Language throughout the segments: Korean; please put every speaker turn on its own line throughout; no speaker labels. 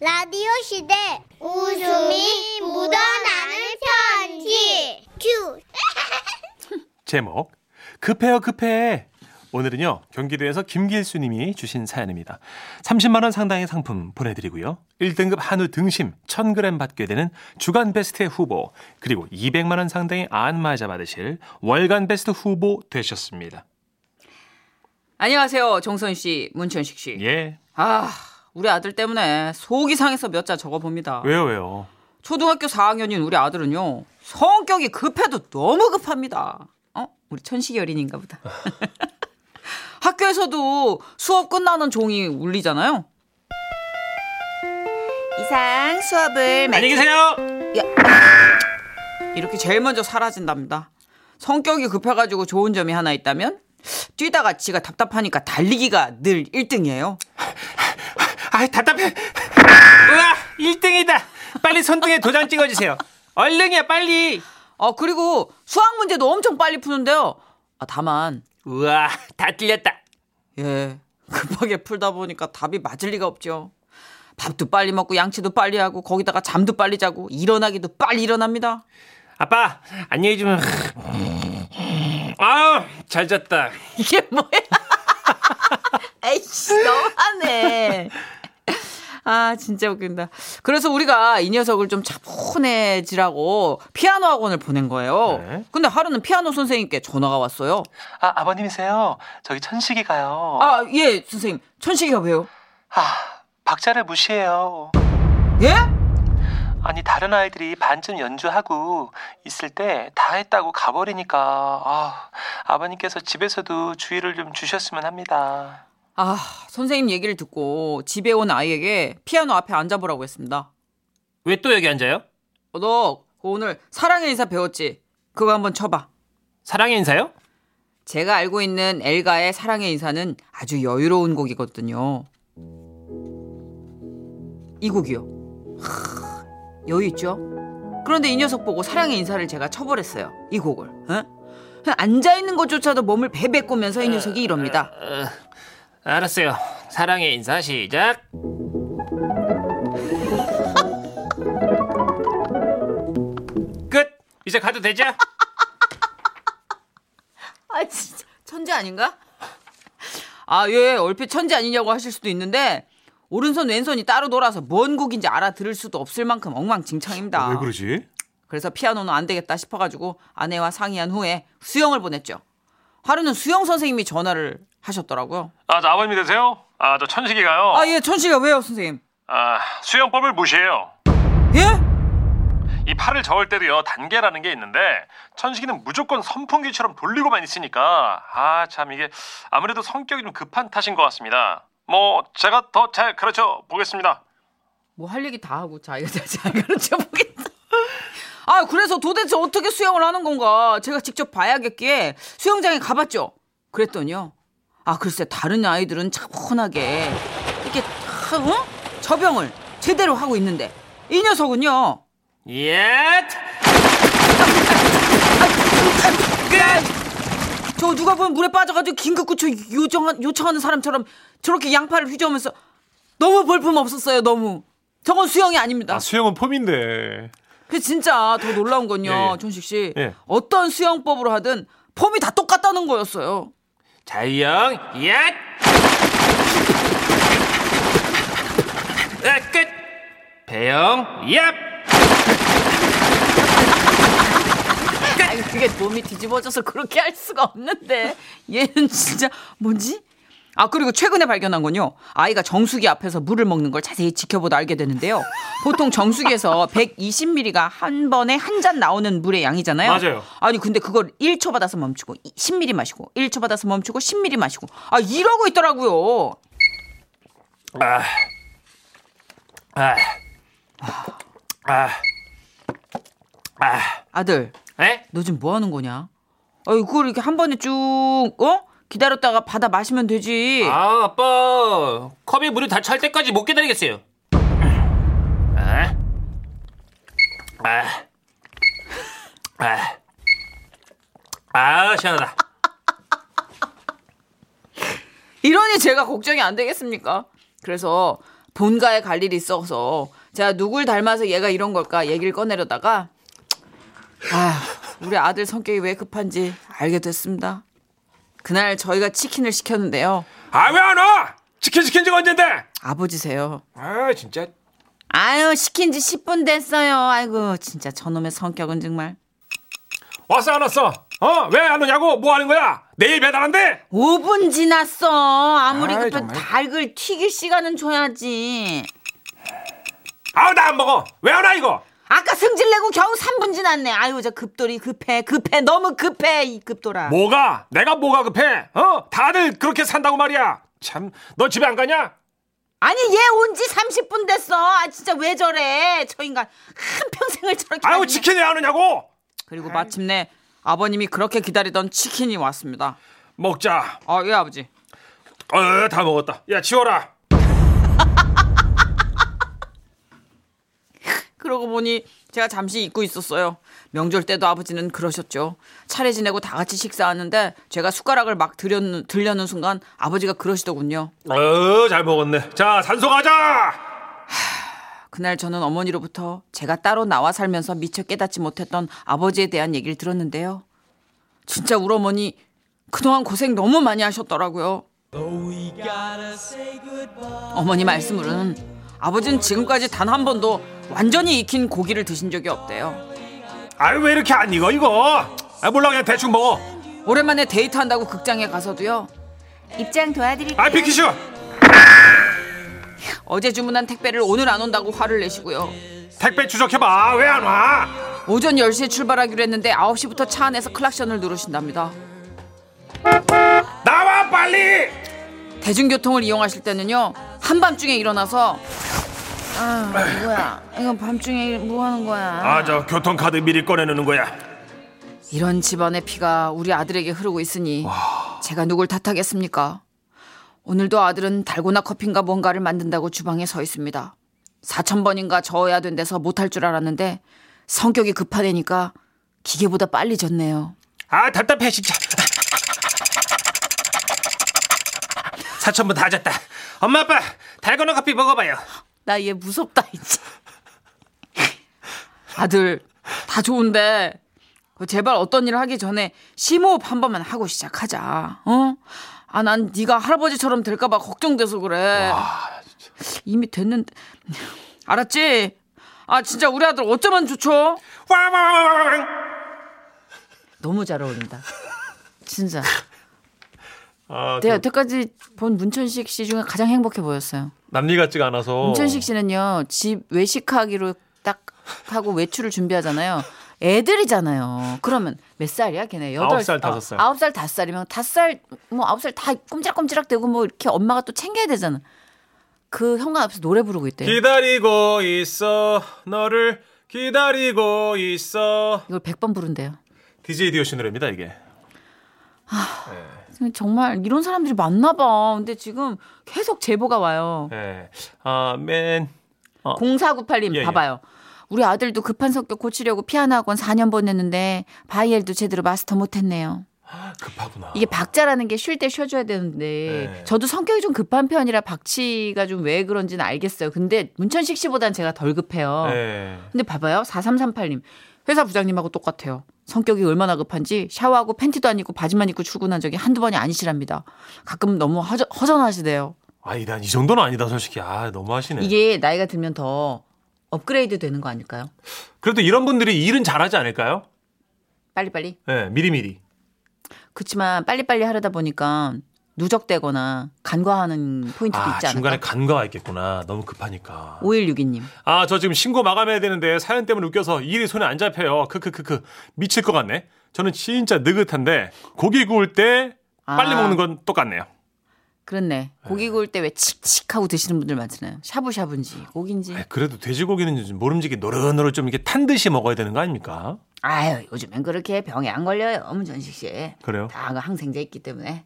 라디오 시대 웃음이 묻어나는 편지 큐
제목 급해요 급해 오늘은요 경기도에서 김길수님이 주신 사연입니다 30만원 상당의 상품 보내드리고요 1등급 한우 등심 1000g 받게 되는 주간 베스트 후보 그리고 200만원 상당의 안마자 받으실 월간 베스트 후보 되셨습니다
안녕하세요. 정선 어, 씨, 문천식 씨.
예
아, 우리 아들 때문에 속이 상해서 몇 자 적어 봅니다.
왜요 왜요
초등학교 4학년인 우리 아들은요. 성격이 급해도 너무 급합니다. 어? 우리 천식이 어린인가 보다. 학교에서도 수업 끝나는 종이 울리잖아요. 이상 수업을
안녕히 계세요
이렇게 제일 먼저 사라진답니다. 성격이 급해가지고 좋은 점이 하나 있다면 뛰다가 지가 답답하니까 달리기가 늘 1등이에요.
아 답답해 우와 1등이다 빨리 손등에 도장 찍어주세요 얼른이야 빨리
아 그리고 수학 문제도 엄청 빨리 푸는데요. 아 다만
우와 다 틀렸다
예 급하게 풀다 보니까 답이 맞을 리가 없죠. 밥도 빨리 먹고 양치도 빨리 하고 거기다가 잠도 빨리 자고 일어나기도 빨리 일어납니다.
아빠 안녕히 좀. 아잘 잤다.
이게 뭐야? 에이씨 너무하네. 아 진짜 웃긴다. 그래서 우리가 이 녀석을 좀 차분해지라고 피아노 학원을 보낸 거예요.
네.
근데 하루는 피아노 선생님께 전화가 왔어요.
아, 아버님이세요? 저기 천식이 가요. 아,
아 예 선생님 천식이가 왜요?
박자를 무시해요.
예?
아니, 다른 아이들이 반쯤 연주하고 있을 때 다 했다고 가버리니까, 아, 아버님께서 집에서도 주의를 좀 주셨으면 합니다.
아, 선생님 얘기를 듣고 집에 온 아이에게 피아노 앞에 앉아보라고 했습니다.
왜 또 여기 앉아요?
어, 너 그거 오늘 사랑의 인사 배웠지? 그거 한번 쳐봐.
사랑의 인사요?
제가 알고 있는 엘가의 사랑의 인사는 아주 여유로운 곡이거든요. 이 곡이요. 하, 여유 있죠? 그런데 이 녀석 보고 사랑의 인사를 제가 쳐버렸어요. 이 곡을. 앉아 있는 것조차도 몸을 베베 꼬면서 이 녀석이 이럽니다.
알았어요. 사랑의 인사 시작. 끝. 이제 가도 되죠?
아 진짜 천재 아닌가? 아 예 얼핏 천재 아니냐고 하실 수도 있는데 오른손 왼손이 따로 돌아서 뭔 곡인지 알아들을 수도 없을 만큼 엉망진창입니다.
아, 그러지?
그래서 피아노는 안 되겠다 싶어가지고 아내와 상의한 후에 수영을 보냈죠. 하루는 수영 선생님이 전화를 하셨더라고요.
아, 저 아버님이 되세요? 아, 저 천식이 가요.
아 예 천식아 왜요 선생님?
아, 수영법을 무시해요.
예?
이 팔을 저을 때도요 단계라는 게 있는데 천식이는 무조건 선풍기처럼 돌리고만 있으니까 아 참 이게 아무래도 성격이 좀 급한 탓인 것 같습니다. 뭐 제가 더 잘 가르쳐 보겠습니다.
뭐 할 얘기 다 하고 자기가 잘 가르쳐 보겠다. 아 그래서 도대체 어떻게 수영을 하는 건가 제가 직접 봐야겠기에 수영장에 가봤죠. 그랬더니요. 아 글쎄 다른 아이들은 차분하게 이렇게 다, 어? 저병을 제대로 하고 있는데 이 녀석은요.
예.
저 누가 보면 물에 빠져가지고 긴급구조 요청하, 요청하는 사람처럼 저렇게 양팔을 휘저으면서 너무 볼품 없었어요. 너무 저건 수영이 아닙니다.
수영은 폼인데.
그 진짜 더 놀라운 건요,
예, 예.
존식 씨.
예.
어떤 수영법으로 하든 폼이 다 똑같다는 거였어요.
자유형. 예. 아, 끝. 배영. 예.
그러니까 아니, 그게 몸이 뒤집어져서 그렇게 할 수가 없는데 얘는 진짜 뭔지? 아 그리고 최근에 발견한 건요 아이가 정수기 앞에서 물을 먹는 걸 자세히 지켜보다 알게 되는데요 보통 정수기에서 120ml가 한 번에 한 잔 나오는 물의 양이잖아요
맞아요.
아니 근데 그걸 1초 받아서 멈추고 10ml 마시고 1초 받아서 멈추고 10ml 마시고 아 이러고 있더라고요
아, 아, 아, 아,
아들
에?
너 지금 뭐 하는 거냐? 어, 그걸 이렇게 한 번에 쭉, 어? 기다렸다가 받아 마시면 되지.
아, 아빠, 컵에 물이 다 찰 때까지 못 기다리겠어요. 아, 아, 아, 아, 시원하다.
이러니 제가 걱정이 안 되겠습니까? 그래서 본가에 갈 일이 있어서 제가 누굴 닮아서 얘가 이런 걸까 얘기를 꺼내려다가 아 우리 아들 성격이 왜 급한지 알게 됐습니다. 그날 저희가 치킨을 시켰는데요.
아 왜 안 와? 치킨 시킨 지가 언젠데?
아버지세요.
아 진짜
아유 시킨 지 10분 됐어요. 아이고 진짜 저놈의 성격은 정말
왔어 안 왔어? 어 왜 안 오냐고? 뭐 하는 거야? 내일 배달한대?
5분 지났어. 아무리
아이,
급해도
정말.
닭을 튀길 시간은 줘야지.
아우 나 안 먹어. 왜 안 와 이거?
아까 승질 내고 겨우 3분 지났네. 아유 저 급돌이 급해 급해 너무 급해 이 급돌아.
뭐가? 내가 뭐가 급해? 어? 다들 그렇게 산다고 말이야. 참, 너 집에 안 가냐?
아니 얘 온 지 30분 됐어. 아 진짜 왜 저래? 저 인간 한 평생을 저렇게.
아우
하네.
치킨 왜안 오냐고?
그리고 마침내 아버님이 그렇게 기다리던 치킨이 왔습니다.
먹자.
아 예 아버지.
어, 다 먹었다. 야, 치워라.
그러고 보니 제가 잠시 잊고 있었어요. 명절 때도 아버지는 그러셨죠. 차례 지내고 다 같이 식사하는데 제가 숟가락을 막 들였는, 들려는 순간 아버지가 그러시더군요.
어, 잘 먹었네. 자, 산소 가자.
그날 저는 어머니로부터 제가 따로 나와 살면서 미처 깨닫지 못했던 아버지에 대한 얘기를 들었는데요. 진짜 우리 어머니 그동안 고생 너무 많이 하셨더라고요. 어머니 말씀으로는 아버지는 지금까지 단 한 번도 완전히 익힌 고기를 드신 적이 없대요.
아유, 왜 이렇게 안 익어 이거? 아, 몰라 그냥 대충 먹어.
오랜만에 데이트한다고 극장에 가서도요. 입장 도와드릴게요.
아, 비키슈.
어제 주문한 택배를 오늘 안 온다고 화를 내시고요.
택배 추적해 봐. 왜 안 와?
오전 10시에 출발하기로 했는데 9시부터 차 안에서 클락션을 누르신답니다.
나와 빨리.
대중교통을 이용하실 때는요. 한밤중에 일어나서 아, 뭐야? 이거 밤중에 뭐 하는 거야?
아, 저 교통카드 미리 꺼내 놓는 거야.
이런 집안의 피가 우리 아들에게 흐르고 있으니 제가 누굴 탓하겠습니까? 오늘도 아들은 달고나 커피인가 뭔가를 만든다고 주방에 서 있습니다. 4,000번인가 저어야 된 데서 못할 줄 알았는데 성격이 급한 애니까 기계보다 빨리 졌네요.
아, 답답해 진짜. 사천분 다 잤다. 엄마 아빠 달고나 커피 먹어봐요.
나 얘 무섭다 이제. 아들 다 좋은데 그 제발 어떤 일을 하기 전에 심호흡 한 번만 하고 시작하자. 어? 아, 난 네가 할아버지처럼 될까 봐 걱정돼서 그래. 이미 됐는데. 알았지? 아, 진짜 우리 아들 어쩌면 좋죠?
와와와와왕.
너무 잘 어울린다. 진짜.
아,
내가 여태까지 본 문천식 씨 중에 가장 행복해 보였어요.
남미 같지가 않아서.
문천식 씨는요 집 외식하기로 딱 하고 외출을 준비하잖아요. 애들이잖아요. 그러면 몇 살이야, 걔네? 여덟
아홉 살, 다섯 살.
아홉 살, 다섯 살이면 다섯 살, 뭐 아홉 살 다 꼼지락꼼지락 되고 뭐 이렇게 엄마가 또 챙겨야 되잖아. 그 현관 앞에서 노래 부르고
예.
있대요.
기다리고 있어 너를 기다리고 있어
이걸 백 번 부른대요.
DJ 디오씨 노래입니다 이게
정말 이런 사람들이 많나 봐. 근데 지금 계속 제보가 와요.
예. 아맨
0498님
예, 예.
봐봐요. 우리 아들도 급한 성격 고치려고 피아노 학원 4년 보냈는데 바이엘도 제대로 마스터 못했네요.
급하구나
이게 박자라는 게 쉴 때 쉬어줘야 되는데
네.
저도 성격이 좀 급한 편이라 박치가 좀 왜 그런지는 알겠어요. 근데 문천식 씨보단 제가 덜 급해요.
예.
근데 봐봐요. 4338님. 회사 부장님하고 똑같아요. 성격이 얼마나 급한지 샤워하고 팬티도 안 입고 바지만 입고 출근한 적이 한두 번이 아니시랍니다. 가끔 너무 허전, 허전하시대요.
아니 난이 정도는 아니다 솔직히 아 너무하시네
이게 나이가 들면 더 업그레이드 되는 거 아닐까요?
그래도 이런 분들이 일은 잘하지 않을까요?
빨리빨리.
예, 미리미리
그렇지만 빨리빨리 하려다 보니까 누적되거나 간과하는 포인트도
아
있지 않을까?
중간에 간과가 있겠구나 너무 급하니까
5162님.
아 저 지금 신고 마감해야 되는데 사연 때문에 웃겨서 일이 손에 안 잡혀요 크크크크 미칠 것 같네 저는 진짜 느긋한데 고기 구울 때 빨리
아.
먹는 건 똑같네요
그렇네. 고기 구울 때 왜 칙칙 하고 드시는 분들 많잖아요. 샤브샤브인지 고기인지.
아, 그래도 돼지고기는 요즘 모름지기 노릇노릇 좀 이렇게 탄 듯이 먹어야 되는 거 아닙니까?
아유 요즘엔 그렇게 병에 안 걸려요. 문전식 씨.
그래요?
다 그 항생제 있기 때문에.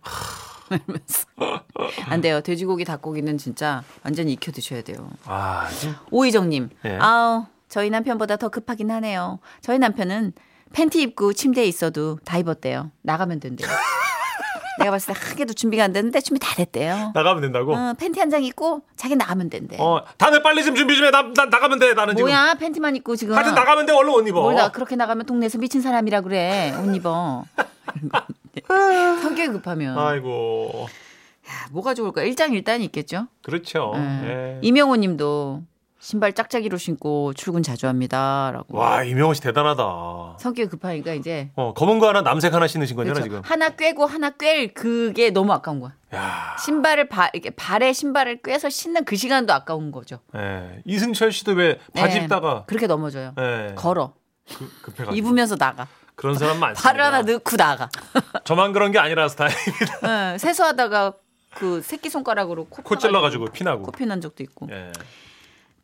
이러면서. 안 돼요. 돼지고기 닭고기는 진짜 완전히 익혀 드셔야 돼요.
아, 좀
오희정님.
예.
아우 저희 남편보다 더 급하긴 하네요. 저희 남편은 팬티 입고 침대에 있어도 다 입었대요. 나가면 된대요. 내가 봤을 때 하게도 준비가 안 됐는데 준비 다 됐대요.
나가면 된다고?
어, 팬티 한 장 입고 자기 나가면 된대.
어, 다들 빨리 좀 준비 좀 해. 나, 나 나가면 돼. 나는 지금.
뭐야 팬티만 입고 지금.
하여튼 나가면 돼. 얼른 옷 입어.
뭘 나 그렇게 나가면 동네에서 미친 사람이라 그래 옷 입어. 성격이 급하면
아이고.
아, 뭐가 좋을까 일장일단이 있겠죠.
그렇죠.
예.
예.
이명호님도 신발 짝짝이로 신고 출근 자주 합니다라고.
와, 이명호 씨 대단하다. 어,
성격이 급하니까 이제
검은 거 하나 남색 하나 신으신 거잖아,
그렇죠.
지금.
하나 꿰고 하나 꿰일 그게 너무 아까운 거야.
야.
신발을 바, 이렇게 발에 신발을 꿰서 신는 그 시간도 아까운 거죠.
예. 이승철 씨도 왜 바지
네.
입다가
그렇게 넘어져요.
예.
걸어
그- 급해가지고.
입으면서 나가
그런 사람 많습니다.
발을 하나 넣고 나가
저만 그런 게 아니라서 다행입니다.
예, 세수하다가 그 새끼 손가락으로 코,
코 찔러가지고 피나고.
코피난 적도 있고
예.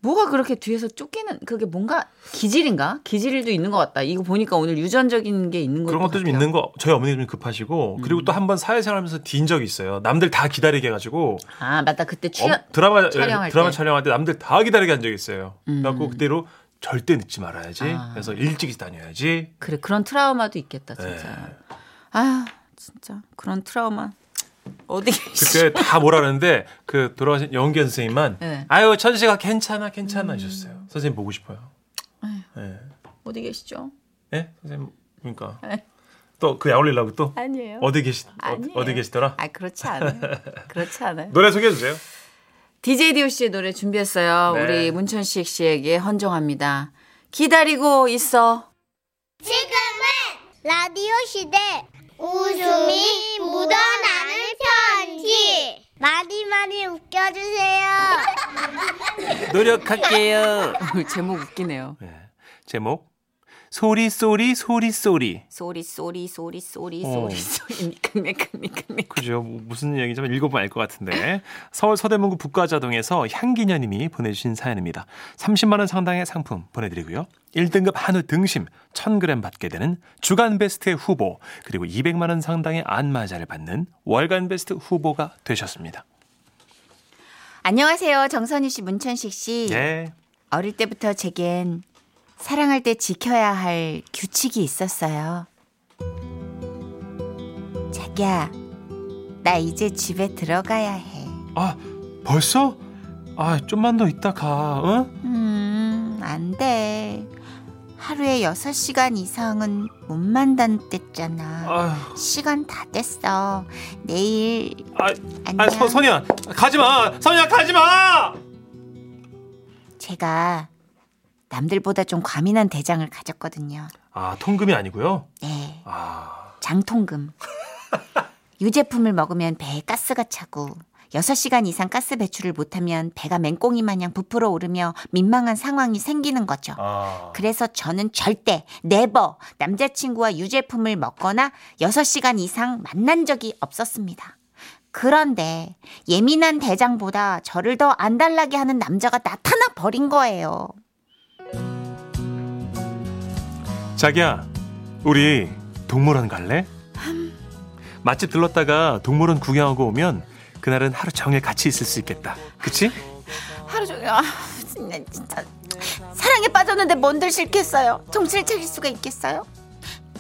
뭐가 그렇게 뒤에서 쫓기는 그게 뭔가 기질인가 기질도 있는 것 같다 이거 보니까 오늘 유전적인 게 있는 것
그런 것도 좀
같아요.
있는 거. 저희 어머니가 좀 급하시고 그리고 또 한 번 사회생활하면서 딘 적이 있어요. 남들 다 기다리게 해가지고
아 맞다 그때
어,
출연
드라마
촬영할
예, 드라마
때.
촬영할 때 남들 다 기다리게 한 적이 있어요.
음.
그래갖고 그대로 절대 늦지 말아야지.
아.
그래서 일찍 다녀야지.
그래 그런 트라우마도 있겠다 진짜
네.
아 진짜 그런 트라우마 어디
그때 다 뭐라는데 그 돌아가신 연기 선생님만
네. 음.
아유 천씨가 괜찮아 괜찮아 하셨어요. 선생님 보고 싶어요. 예.
어디 계시죠?
예? 선생님 그러니까
네.
또 그 약올리려고 또
아니에요.
어디 계시 어,
아니에요.
어디 계시더라?
아 그렇지 않아요. 그렇지 않아요.
노래 소개해 주세요.
DJ DOC의 노래 준비했어요.
네.
우리 문천식 씨에게 헌정합니다. 기다리고 있어.
지금은 라디오 시대 웃음이 묻어나는 편지 많이 많이 웃겨주세요
노력할게요.
제목 웃기네요.
제목 소리 소리 소리 소리.
쏘리 쏘리 쏘리 쏘리
어.
쏘리 쏘리 미끌미끌미끌미끌.
그죠. 뭐 무슨 얘기인지만 읽어보면 알 것 같은데. 서울 서대문구 북가자동에서 향기녀님이 보내주신 사연입니다. 30만 원 상당의 상품 보내드리고요. 1등급 한우 등심 1000g 받게 되는 주간베스트 후보 그리고 200만 원 상당의 안마자를 받는 월간베스트 후보가 되셨습니다.
안녕하세요. 정선희 씨, 문천식 씨.
예.
어릴 때부터 제겐 사랑할 때 지켜야 할 규칙이 있었어요. 자기야, 나 이제 집에 들어가야 해.
아 벌써? 아 좀만 더 있다 가. 어?
음, 안 돼. 하루에 6시간 이상은 못 만난 댔잖아.
아,
시간 다 됐어. 내일
아,
안녕.
아 서, 선이야 가지마. 선이야 가지마.
제가 남들보다 좀 과민한 대장을 가졌거든요.
아 통금이 아니고요.
네,
아.
장통금. 유제품을 먹으면 배에 가스가 차고 6시간 이상 가스 배출을 못하면 배가 맹꽁이 마냥 부풀어 오르며 민망한 상황이 생기는 거죠.
아.
그래서 저는 절대 네버 남자친구와 유제품을 먹거나 6시간 이상 만난 적이 없었습니다. 그런데 예민한 대장보다 저를 더 안달나게 하는 남자가 나타나 버린 거예요.
자기야, 우리 동물원 갈래? 맛집 들렀다가 동물원 구경하고 오면 그날은 하루 종일 같이 있을 수 있겠다. 그치?
하루 종일 아, 진짜, 진짜 사랑에 빠졌는데 뭔들 싫겠어요. 정신을 차릴 수가 있겠어요?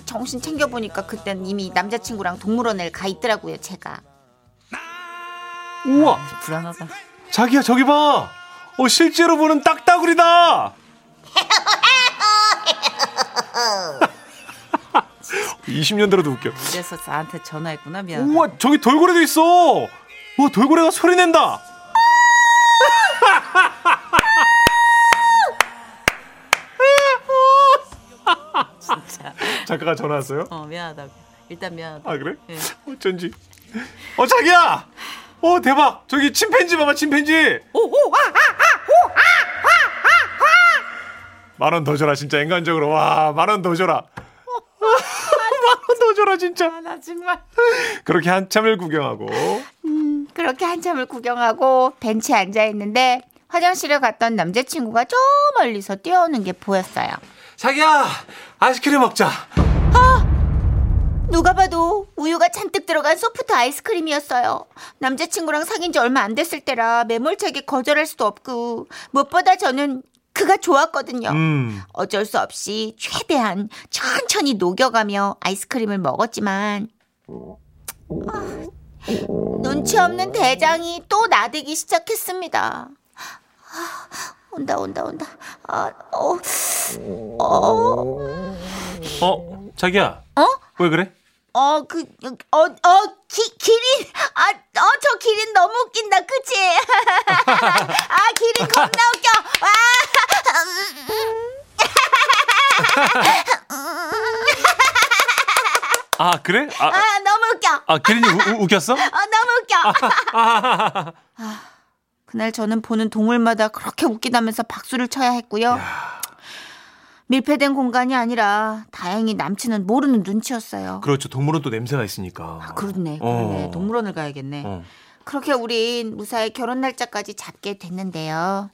정신 챙겨 보니까 그땐 이미 남자친구랑 동물원을 가 있더라고요, 제가.
우와,
불안하다.
자기야 저기 봐. 어 실제로 보는 딱따구리다. 이0년 들어도 웃겨.
그래서 나한테 전화했구나, 미안.
우와, 저기 돌고래도 있어. 와, 돌고래가 소리 낸다. 작가가 전화 왔어요?
어, 미안하다. 일단 미안하다.
아 그래?
예.
어쩐지. 어 자기야. 어 대박. 저기 침팬지 봐봐 침팬지.
오오 아,
만 원 더 줘라 진짜 인간적으로 와 만 원 더 줘라. 만 원 더 줘라 진짜.
아, 나 정말.
그렇게 한참을 구경하고.
그렇게 한참을 구경하고 벤치에 앉아 있는데 화장실에 갔던 남자친구가 저 멀리서 뛰어오는 게 보였어요.
자기야 아이스크림 먹자.
누가 봐도 우유가 잔뜩 들어간 소프트 아이스크림이었어요. 남자친구랑 사귄 지 얼마 안 됐을 때라 매몰차게 거절할 수도 없고 무엇보다 저는 그가 좋았거든요.
음.
어쩔 수 없이 최대한 천천히 녹여가며 아이스크림을 먹었지만 아,
눈치 없는 대장이 또 나대기 시작했습니다. 아, 온다 온다 온다. 아, 어, 어,
어, 자기야.
어?
왜 그래?
어, 그, 어, 어, 기, 기린, 아, 어, 저 기린 너무 웃긴다, 그치? 아, 기린 겁나 웃겨. 아, 와.
아, 그래? 아,
아, 너무 웃겨. 어,
아 기린이 우- 우- 웃겼어?
너무 웃겨. 아, 그날 저는 보는 동물마다 그렇게 웃기다면서 박수를 쳐야 했고요. 밀폐된 공간이 아니라 다행히 남친은 모르는 눈치였어요.
그렇죠. 동물은 또 냄새가 있으니까.
아,
그렇네,
그러네. 어.
동물원을 가야겠네.
어.
그렇게 우린 무사히 결혼 날짜까지 잡게 됐는데요.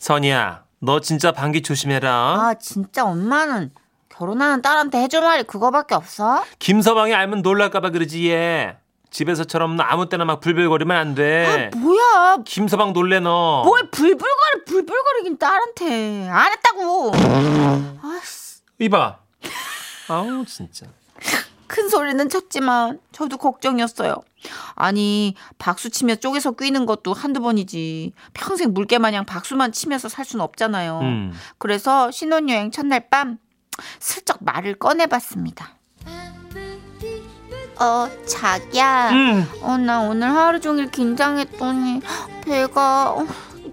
선이야, 너 진짜 방귀 조심해라.
아, 진짜 엄마는 결혼하는 딸한테 해줄 말이 그거밖에 없어?
김서방이 알면 놀랄까봐 그러지 얘. 집에서처럼 너 아무 때나 막 불별거리면 안 돼.
아, 뭐야? 뭐-
김서방 놀래 너.
뭘 불불거리 불불거리긴 딸한테 안 했다고. 아씨.
이봐. 아우 진짜.
큰 소리는 쳤지만 저도 걱정이었어요. 아니 박수 치며 쪼개서 끼는 것도 한두 번이지 평생 물개마냥 박수만 치면서 살 순 없잖아요.
음.
그래서 신혼여행 첫날 밤 슬쩍 말을 꺼내봤습니다. 어 자기야.
음.
어, 나 오늘 하루 종일 긴장했더니 배가 어,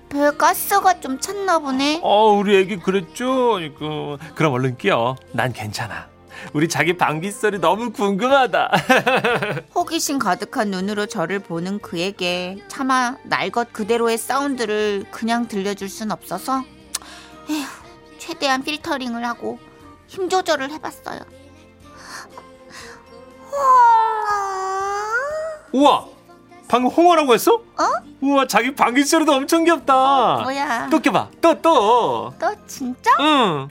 배 가스가 좀 찼나 보네.
어 우리 애기 그랬죠. 이거. 그럼 얼른 끼어. 난 괜찮아. 우리 자기 방귀 소리 너무 궁금하다.
호기심 가득한 눈으로 저를 보는 그에게 차마 날 것 그대로의 사운드를 그냥 들려줄 순 없어서 에휴, 최대한 필터링을 하고 힘 조절을 해봤어요.
우와. 방금 홍어라고 했어? 어? 우와 자기 방귀 소리도 엄청 귀엽다.
뭐야?
아. 또 껴봐. 또 또.
너 진짜?
응.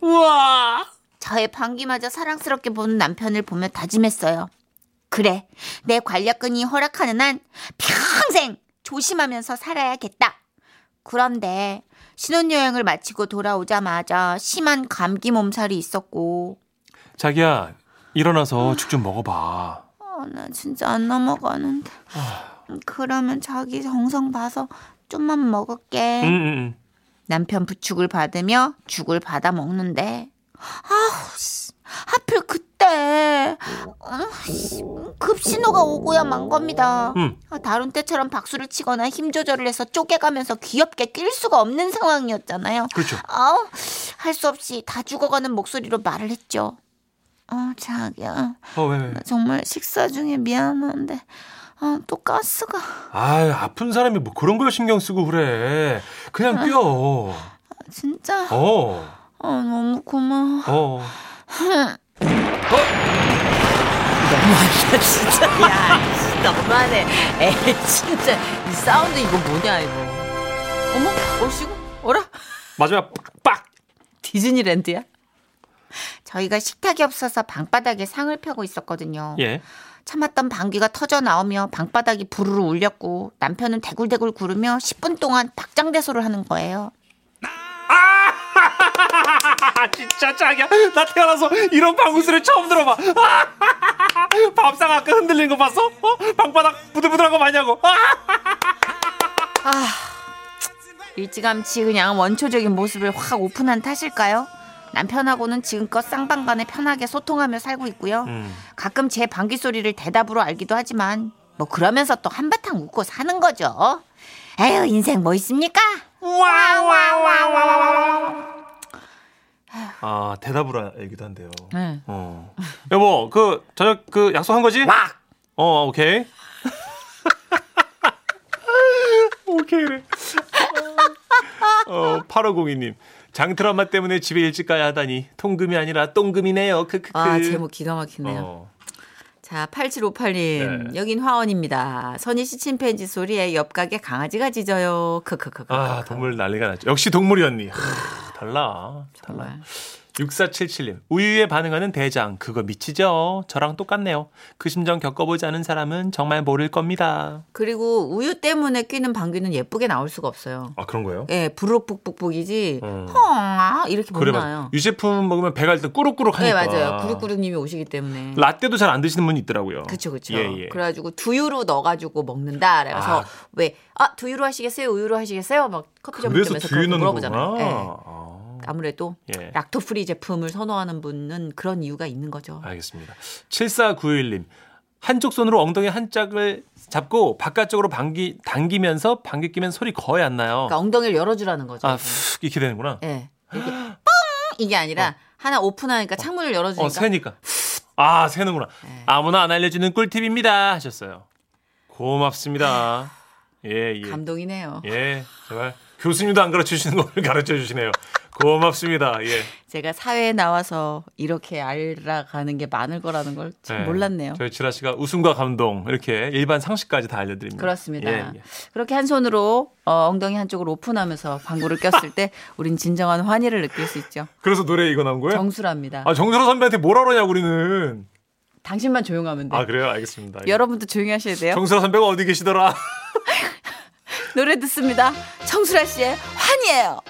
우와.
저의 방귀마저 사랑스럽게 보는 남편을 보며 다짐했어요. 그래, 내 관략근이 허락하는 한 평생 조심하면서 살아야겠다. 그런데 신혼여행을 마치고 돌아오자마자 심한 감기 몸살이 있었고,
자기야 일어나서 죽 좀 먹어봐.
어, 나 진짜 안 넘어가는데. 그러면 자기 정성 봐서 좀만 먹을게.
응, 응, 응.
남편 부축을 받으며 죽을 받아 먹는데 아우 씨 하필 그때 어, 씨, 급신호가 오고야 만 겁니다.
음.
아, 다른 때처럼 박수를 치거나 힘 조절을 해서 쪼개가면서 귀엽게 낄 수가 없는 상황이었잖아요.
그렇죠.
아우 할 수 없이 다 죽어가는 목소리로 말을 했죠. 어 자기야
어, 왜, 왜?
나 정말 식사 중에 미안한데 아, 또 가스가
아유, 아픈 사람이 뭐 그런 걸 신경 쓰고 그래. 그냥 뛰어. 어,
진짜
어,
아, 너무 고마워.
어.
너무하다 진짜. 야, 씨, 너무하네. 에이 진짜 이 사운드 이거 뭐냐 이거. 어머, 오시고 어라
마지막 빡!
디즈니랜드야?
저희가 식탁이 없어서 방바닥에 상을 펴고 있었거든요.
예.
참았던 방귀가 터져 나오며 방바닥이 부르르 울렸고 남편은 대굴대굴 구르며 10분 동안 박장대소를 하는 거예요.
아, 진짜 자기야. 나 태어나서 이런 방구스를 처음 들어봐. 아, 밥상 아까 흔들린 거 봤어? 어? 방바닥 부들부들한 거 마냐고. 아!
일찌감치 그냥 원초적인 모습을 확 오픈한 탓일까요? 남편하고는 지금껏 쌍방간에 편하게 소통하며 살고 있고요.
음.
가끔 제 방귀 소리를 대답으로 알기도 하지만 뭐 그러면서 또 한바탕 웃고 사는 거죠. 에휴 인생 뭐 있습니까?
아, 대답으로 얘기도 한대요.
네.
어. 여보, 그, 저녁 그 약속한 거지? 어, 오케이. 오케이래. 어, 8502님. 장트라마 때문에 집에 일찍 가야 하다니 통금이 아니라 똥금이네요. 크크크.
아 제목 기가 막히네요.
어.
자, 8758님.
네.
여긴 화원입니다. 선희 씨 침팬지 소리에 옆 가게 강아지가 짖어요. 크크크크.
아, 동물 난리가 났죠. 역시 동물이었니. 하, 달라. 달라.
정말.
6477님. 우유에 반응하는 대장. 그거 미치죠? 저랑 똑같네요. 그 심정 겪어보지 않은 사람은 정말 모를 겁니다.
그리고 우유 때문에 끼는 방귀는 예쁘게 나올 수가 없어요.
아, 그런 거예요?
예, 부룩북북북이지.
어.
헝아 이렇게 못
그래 맞아요.
나요.
유제품 먹으면 배가 일단 꾸룩꾸룩
예,
하니까.
맞아요. 구룩구룩님이 오시기 때문에.
라떼도 잘 안 드시는 분이 있더라고요.
그쵸 그쵸.
예, 예.
그래가지고 두유로 넣어가지고 먹는다. 그래서
아.
왜 아 두유로 하시겠어요? 우유로 하시겠어요? 막 커피 점
그래서
먹으면서
두유
그런 거
넣는
물어보잖아요.
거구나.
예.
아,
아무래도
예.
락토프리 제품을 선호하는 분은 그런 이유가 있는 거죠.
알겠습니다. 7491님. 한쪽 손으로 엉덩이 한 짝을 잡고 바깥쪽으로 방귀 당기면서 방귀 끼면 소리 거의 안 나요.
그러니까 엉덩이를 열어주라는 거죠.
아, 훅 이렇게 되는구나.
예. 이렇게 뻥 이게 아니라 하나 오픈하니까 창문을 열어주니까 네.
어,
그러니까?
새니까. 아, 새는구나. 아무나 안 알려주는 꿀팁입니다. 하셨어요. 고맙습니다. 예, 예.
아, 감동이네요.
예, 제발. 교수님도 안 가르쳐 주시는 걸 가르쳐 주시네요. 고맙습니다. 예.
제가 사회에 나와서 이렇게 알아가는 게 많을 거라는 걸 참
네.
몰랐네요.
저희 지라 씨가 웃음과 감동 이렇게 일반 상식까지 다 알려드립니다.
그렇습니다.
예, 예.
그렇게 한 손으로 어, 엉덩이 한쪽을 오픈하면서 방구를 꼈을 때 우린 진정한 환희를 느낄 수 있죠.
그래서 노래 이거 나온 거예요?
정수랍니다.
아 정선호 선배한테 뭐라 그러냐 우리는.
당신만 조용하면 돼.
아 그래요, 알겠습니다. 예.
네. 여러분도 조용히 하셔야 돼요.
정선호 선배가 어디 계시더라.
노래 듣습니다. 청수라 씨의 환희예요.